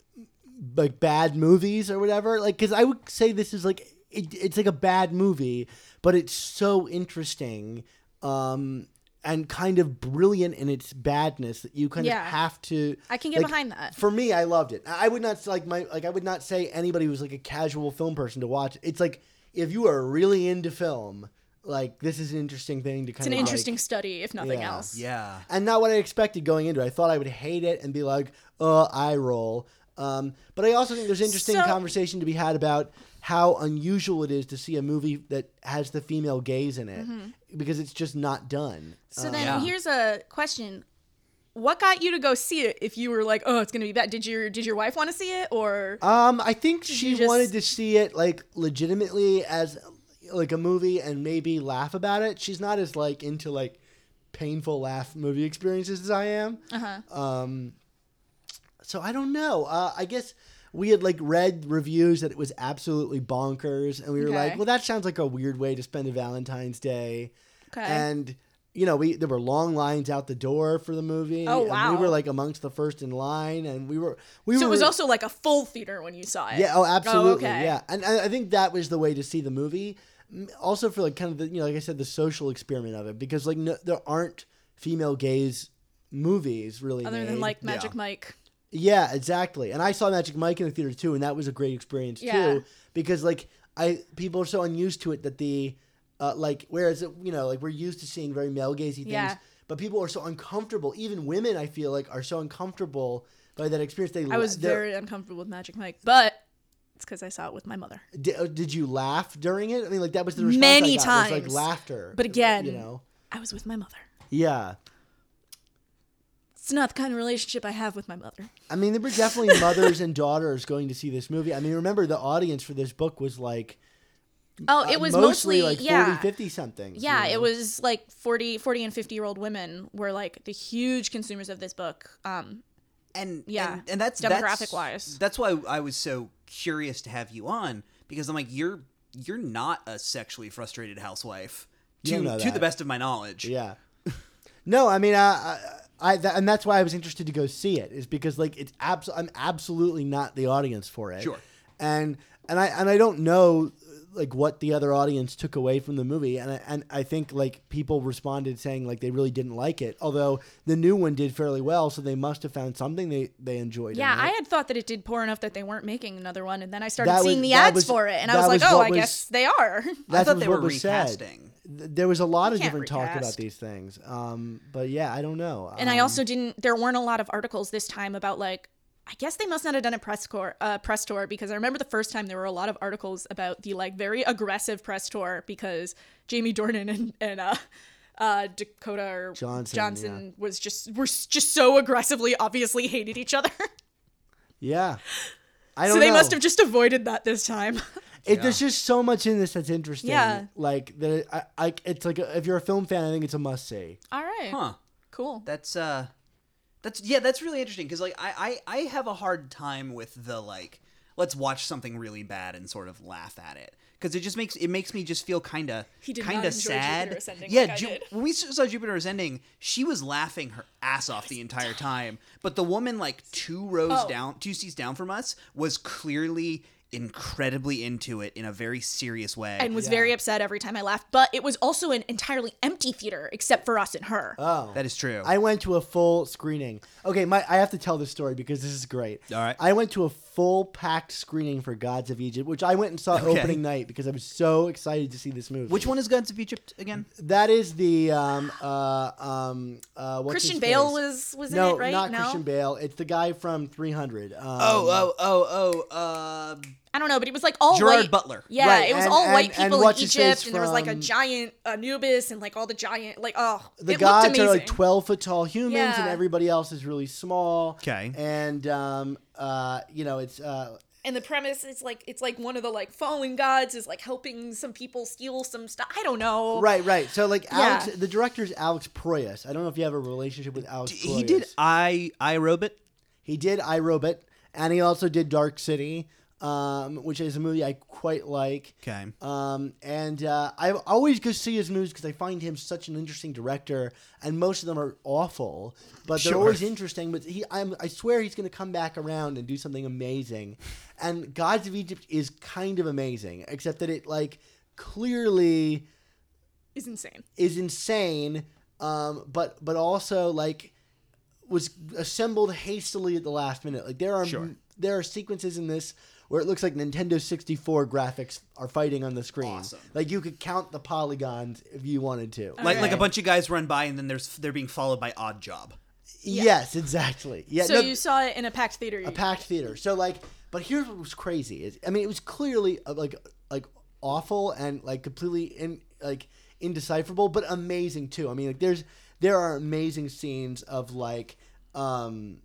like bad movies or whatever, like because I would say this is like it, it's like a bad movie, but it's so interesting um and kind of brilliant in its badness that you kind Yeah. of have to. I can get like, behind that. for me, I loved it. I I would not like my like I would not say anybody who's like a casual film person to watch. It's like if you are really into film, like this is an interesting thing to kind It's an of interesting Like, study, if nothing Yeah. else. yeah. and not what I expected going into. it. I thought I would hate it and be like, "Uh, I roll." Um, but I also think there's interesting So- conversation to be had about how unusual it is to see a movie that has the female gaze in it because it's just not done. So Uh, then Yeah. here's a question. What got you to go see it if you were like, oh, it's gonna be bad? Did your did your wife want to see it or Um, I think she you just- wanted to see it like legitimately as like a movie and maybe laugh about it. She's not as like into like painful laugh movie experiences as I am. Uh-huh. Um, so I don't know. Uh, I guess we had like read reviews that it was absolutely bonkers, and we were Okay. like, well, that sounds like a weird way to spend a Valentine's Day. okay? And you know, we there were long lines out the door for the movie. Oh, And wow. we were like amongst the first in line, and we were we so were it was also like a full theater when you saw it. yeah, oh, absolutely. Eh, okay. Yeah, and I, I think that was the way to see the movie. M- Also for like kind of the you know like I said the social experiment of it because like no, there aren't female gaze movies really Other than made. like Magic Yeah. Mike. yeah exactly and I saw Magic Mike in the theater too and that was a great experience Yeah. too because like I people are so unused to it that the uh, like whereas you know like we're used to seeing very male gazy things Yeah. but people are so uncomfortable even women I feel like are so uncomfortable by that experience they I was very uncomfortable with Magic Mike, but it's because I saw it with my mother. Did, uh, did you laugh during it? I mean, like that was the response. Many I got, was, times. like laughter. But again- you know, I was with my mother. yeah. It's not the kind of relationship I have with my mother. I mean, there were definitely mothers and daughters going to see this movie. I mean, remember the audience for this book was like Oh, uh, it was mostly, like yeah. 40, 50 something. yeah, it was like 40, 40 and 50 year old women were like the huge consumers of this book. Um, and Yeah. and, and that's that's, Demographic-wise. That's why I was so curious to have you on because I'm like you're you're not a sexually frustrated housewife You to know to that. the best of my knowledge. Yeah. No, I mean, I, I, I that, and that's why I was interested to go see it is because like it's abs- I'm absolutely not the audience for it. Sure. And and I and I don't know like what the other audience took away from the movie, and I, and I think like people responded saying like they really didn't like it, although the new one did fairly well, so they must have found something they they enjoyed. in yeah, it. I had thought that it did poor enough that they weren't making another one, and then I started That seeing was- the that ads was- for it, and I that was like, was oh, what I was- guess they are. I That's thought they what were was said. recasting. Th- There was a lot of can't different talk about recast. these things, um, but yeah, I don't know. And I Um, also didn't. There weren't a lot of articles this time about like. I guess they must not have done a press tour, uh, press tour because I remember the first time there were a lot of articles about the like very aggressive press tour because Jamie Dornan and, and uh, uh, Dakota or Johnson, was just were s- just so aggressively obviously hated each other. Um, yeah. I don't so they know. must have just avoided that this time. It, There's just so much in this that's interesting. Yeah. Like the, I, I, it's like a, if you're a film fan, I think it's a must see. All right, Huh. cool. That's uh that's yeah, that's really interesting because like I, I I have a hard time with the like let's watch something really bad and sort of laugh at it because it just makes it makes me just feel kind of He did not kind enjoy of sad. Jupiter Ascending yeah, like I Ju- did. when we saw Jupiter Ascending, she was laughing her ass off the entire time, but the woman like two rows Oh. down, two seats down from us was clearly incredibly into it in a very serious way. and was very upset every time I laughed. But it was also an entirely empty theater except for us and her. Oh. that is true. I went to a full screening. Okay, my I have to tell this story because this is great. All right. I went to a full packed screening for Gods of Egypt, which I went and saw Okay. opening night because I was so excited to see this movie. Which one is Guns of Egypt again? That is the um uh um uh what's Christian his Bale face? was was no, in it, right? not no, Christian Bale. It's the guy from 300. Um, Oh, oh, oh, oh, uh I don't know, but it was like all Gerard white. Butler. Yeah, Right, it was and- all and- white and people in what's his Egypt, face and there was like a from- giant Anubis, and like all the giant, like oh, the it looked gods amazing. are like 12 foot tall humans and Yeah. everybody else is really small 'Kay. and um uh you know it's uh and the premise is like it's like one of the like fallen gods is like helping some people steal some stuff. I don't know. Right, right. So like Yeah. Alex, the director's Alex Proyas. I don't know if you have a relationship with Alex. Proyas. He did I I Robot. He did iRobot, and he also did Dark City, um, which is a movie I quite like. Okay. Um, and uh, I always go see his movies because I find him such an interesting director, and most of them are awful, but they're Sure. always interesting. But he, I'm, I swear, he's going to come back around and do something amazing. And Gods of Egypt is kind of amazing, except that it like clearly It's insane. is insane, um, but but also like was assembled hastily at the last minute. Like there are Sure. there are sequences in this where it looks like Nintendo 64 graphics are fighting on the screen. Awesome. Like you could count the polygons if you wanted to. Like like a Alright. bunch of guys run by and then there's they're being followed by Odd Job. Yes, exactly. Yeah. so no, you saw it in a packed theater. a packed theater. So like, but here's what was crazy is I mean it was clearly uh, like like awful and like completely in like indecipherable, but amazing too. I mean like there's there are amazing scenes of like um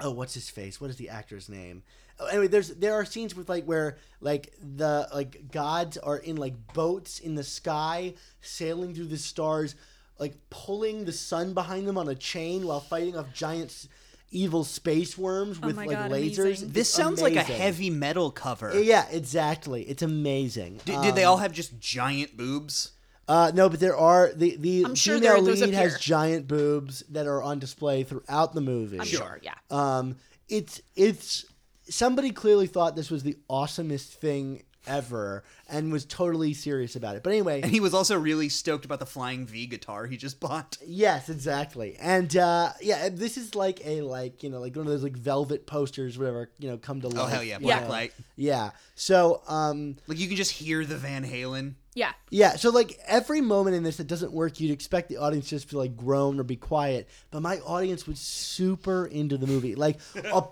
oh what's his face what is the actor's name oh, anyway there's there are scenes with like where like the like gods are in like boats in the sky sailing through the stars like pulling the sun behind them on a chain while fighting off giant s- evil space worms with Oh my like God, lasers amazing. This It's sounds like a amazing. heavy metal cover. yeah exactly it's amazing D- did they all have just giant boobs? Uh, no, but there are the the I'm sure there female are those up lead has here. giant boobs that are on display throughout the movie. I'm sure. Yeah. Um, it's it's somebody clearly thought this was the awesomest thing ever and was totally serious about it. But And anyway, he was also really stoked about the flying V guitar he just bought. yes, exactly. And uh, yeah, and this is like a like you know like one of those like velvet posters, whatever you know, come to life. Oh hell yeah, you black know? light. Yeah. So um, Like you can just hear the Van Halen. Yeah. Yeah, so like every moment in this that doesn't work, you'd expect the audience just to like groan or be quiet. But my audience was super into the movie, like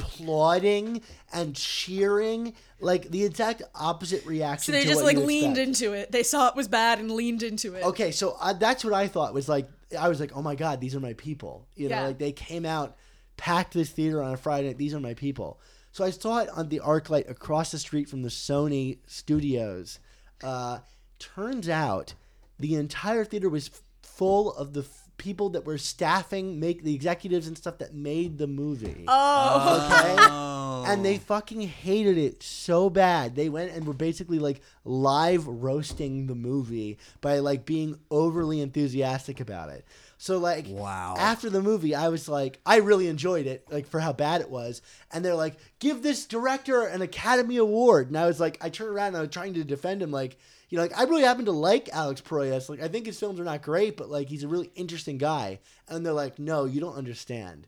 applauding and cheering, like the exact opposite reaction. So they to just what like you'd leaned expect. into it. They saw it was bad and leaned into it. Okay, so I, that's what I thought was like I was like, oh my god, these are my people. You know, Yeah. like they came out, packed this theater on a Friday night. These are my people. So I saw it on the ArcLight across the street from the Sony studios. Uh, turns out, the entire theater was f- full of the f- people that were staffing, make the executives and stuff that made the movie. Oh. Okay. Oh. And they fucking hated it so bad. They went and were basically like live roasting the movie by like being overly enthusiastic about it. So like Wow. after the movie I was like I really enjoyed it like for how bad it was and they're like give this director an academy award and I was like I turned around and I was trying to defend him like you know like I really happen to like Alex Proyas like I think his films are not great but like he's a really interesting guy and they're like no you don't understand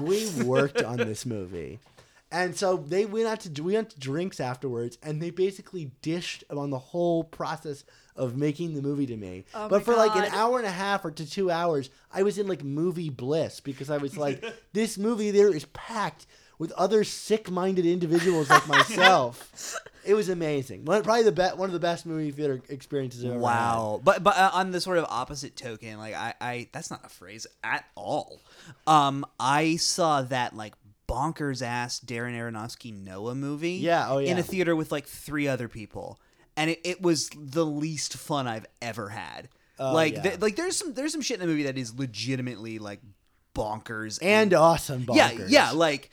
we worked on this movie. And so they went out to we went to drinks afterwards, and they basically dished on the whole process of making the movie to me. Oh but my for like an God. hour and a half or to two hours, I was in like movie bliss because I was like, this movie there is packed with other sick-minded individuals like myself. it was amazing. One, probably the best one of the best movie theater experiences I've ever had. Wow, but but uh, on the sort of opposite token, like I, I that's not a phrase at all. Um, I saw that like bonkers ass Darren Aronofsky Noah movie. Yeah, oh, in yeah. a theater with like three other people, and it, it was the least fun I've ever had. like Oh, yeah. th- like there's some there's some shit in the movie that is legitimately like bonkers And awesome yeah bonkers. yeah like.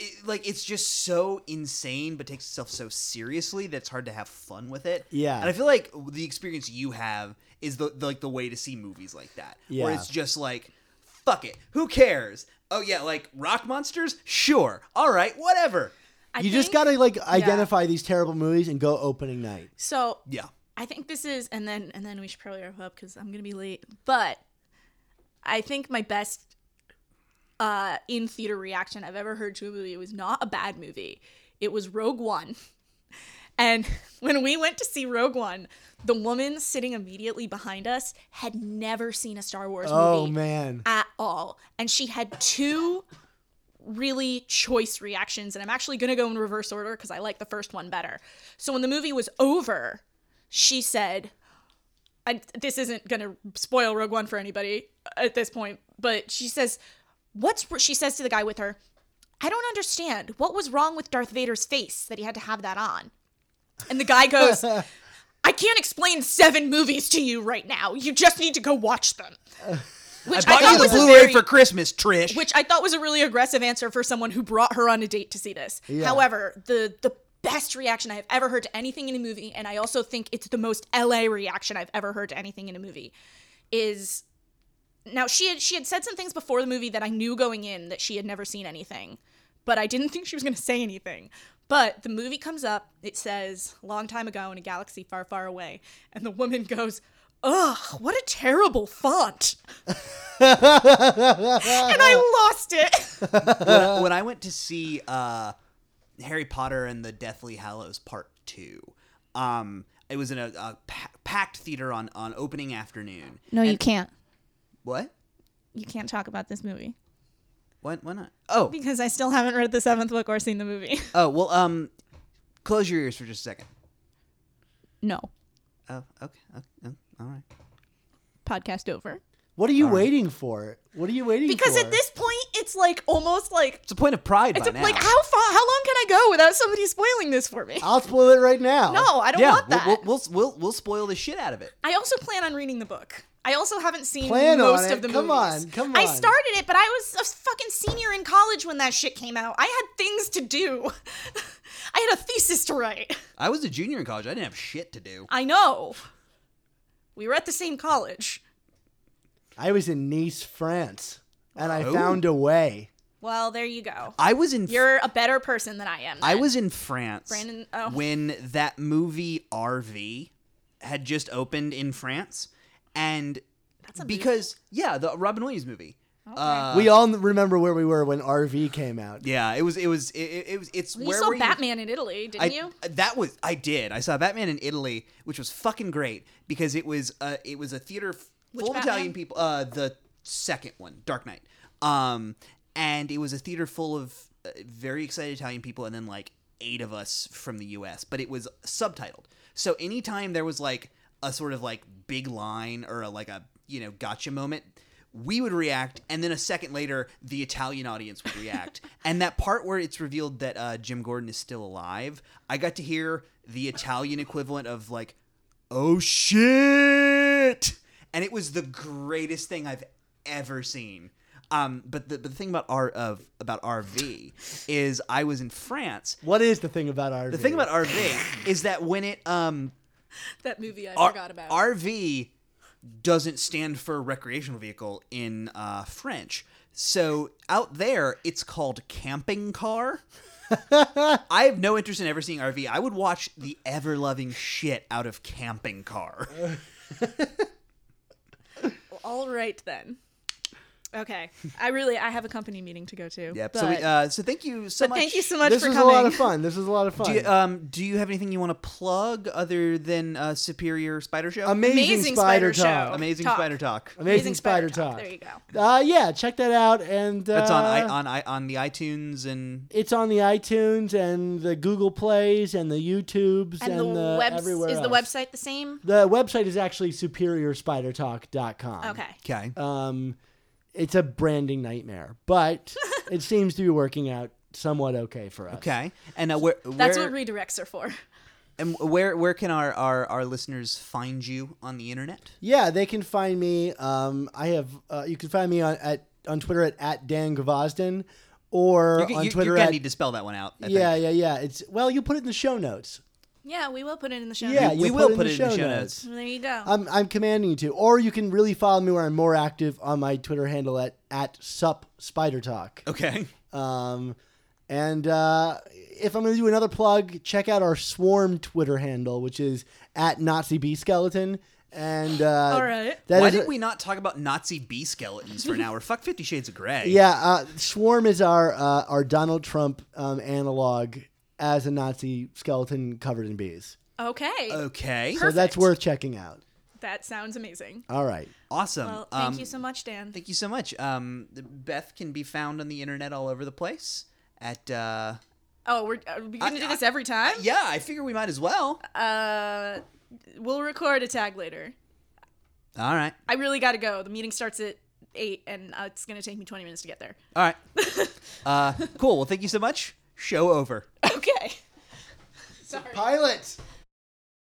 It, like it's just so insane, but takes itself so seriously that it's hard to have fun with it. Yeah. and I feel like the experience you have is the, the like the way to see movies like that. Where Yeah. it's just like, fuck it, who cares? Oh yeah, like rock monsters, sure, all right, whatever. I you just think- gotta like identify these terrible movies and go opening night. So Yeah, I think this is, and then and then we should probably wrap up because I'm gonna be late. But I think my best uh, in theater reaction I've ever heard to a movie was not a bad movie. It was Rogue One. And when we went to see Rogue One, the woman sitting immediately behind us had never seen a Star Wars Oh movie man. at all. And she had two really choice reactions. And I'm actually going to go in reverse order because I like the first one better. So when the movie was over, she said, and this isn't going to spoil Rogue One for anybody at this point, but she says, What's, wr-" she says to the guy with her, I don't understand. What was wrong with Darth Vader's face that he had to have that on? And the guy goes, I can't explain seven movies to you right now. You just need to go watch them. Which I I, bought thought you the was a Blu-ray very- for Christmas, Trish. which I thought was a really aggressive answer for someone who brought her on a date to see this. Yeah. However, the the best reaction I have ever heard to anything in a movie, and I also think it's the most LA reaction I've ever heard to anything in a movie, is now she had she had said some things before the movie that I knew going in that she had never seen anything, but I didn't think she was going to say anything. But the movie comes up, it says long time ago in a galaxy far far away, and the woman goes, "Ugh, what a terrible font." and I lost it. when, when I went to see uh, Harry Potter and the Deathly Hallows Part Two, um, it was in a, a pa- packed theater on on opening afternoon. No, you can't. What? You can't talk about this movie What? Why not? Oh, because I still haven't read the seventh book or seen the movie. oh. Well, um, close your ears for just a second. No. Oh, okay. okay oh, all right. Podcast over. What are you waiting for? What are you waiting Because for? at this point, it's like almost like It's a point of pride it's by now. like how far, how long can I go without somebody spoiling this for me? I'll spoil it right now. no, I don't yeah, want that. We'll, we'll, we'll we'll spoil the shit out of it. I also plan on reading the book. I also haven't seen Plan on most it. of the Come movies. on, come I on. started it, but I was a fucking senior in college when that shit came out. I had things to do. I had a thesis to write. I was a junior in college. I didn't have shit to do. I know. We were at the same college. I was in Nice, France, and I Oh. found a way. Well, there you go. I was in. You're a better person than I am. I then. was in France Brandon- oh. when that movie RV had just opened in France, and a movie? because yeah, the Robin Williams movie. Oh, Uh, we all remember where we were when RV came out. yeah, it was it was it, it, it was it's You where saw were you- Batman in Italy, didn't I, uh, you? That was I did. I saw Batman in Italy, which was fucking great because it was uh it was a theater f- Which full of Batman? Italian people. Uh, the second one, Dark Knight. Um, and it was a theater full of uh, very excited Italian people, and then like eight of us from the U.S. But it was subtitled, so anytime there was like a sort of like big line or a, like a you know gotcha moment. We would react, and then a second later, the Italian audience would react. and that part where it's revealed that uh, Jim Gordon is still alive, I got to hear the Italian equivalent of like, oh shit and it was the greatest thing i've ever seen um but the, but the thing about r of about rv is i was in france What is the thing about RV? the thing about rv is that when it um That movie I R- forgot about. rv doesn't stand for recreational vehicle in uh french so out there it's called camping car I have no interest in ever seeing RV. I would watch the ever loving shit out of Camping Car. All right then. Okay, I really I have a company meeting to go to. Yep. But, so, we, uh, so thank you so but much. thank you so much this for was coming. a lot of fun. This was a lot of fun. Do you, um, do you have anything you want to plug other than uh, Superior Spider Show? amazing, Amazing spider, Spider talk. Show. Amazing Talk. Spider Talk. Amazing, spider, talk. There you go. Uh, yeah, check that out. And uh, That's on I, on I, on the iTunes and It's on the iTunes and the Google Plays and the YouTubes And, and, the, uh, the web everywhere. is the else. website the same? Mm-hmm. The website is actually superiorspidertalk.com. Okay. okay. Um, it's a branding nightmare, but it seems to be working out somewhat okay for us. Okay, and uh, where That's where what redirects are for. and where where can our, our, our listeners find you on the internet? Yeah, they can find me. Um, I have. Uh, you can find me on at on Twitter at, at Dan Gavazdin, or You, g- on you, Twitter are gonna at need to spell that one out. I think. yeah, yeah, yeah. It's well, you put it in the show notes. Yeah, we will put it in the show. Yeah, notes. we you will put the it in the show There you go. I'm, I'm commanding you to, or you can really follow me where I'm more active on my Twitter handle at at sup spider talk. Okay. Um, and uh, if I'm going to do another plug, check out our Swarm Twitter handle, which is at Nazi B Skeleton. And uh, All right. that Why is did a- we not talk about Nazi bee skeletons for an hour? Fuck Fifty Shades of Grey. Yeah, uh, Swarm is our uh, our Donald Trump um, analog as a Nazi skeleton covered in bees. Okay. Okay. So that's Perfect. worth checking out. that sounds amazing. All right. Awesome. Well, thank Um, you so much, Dan. Thank you so much. Um, Beth can be found on the internet all over the place. At uh, Oh, we're are we gonna I- do this every time? yeah, I figure we might as well. Uh, we'll record a tag later. All right, I really gotta go. The meeting starts at eight, and uh, it's gonna take me twenty minutes to get there. All right. Uh, cool. Well, thank you so much. Show over. Okay. Sorry. Pilot.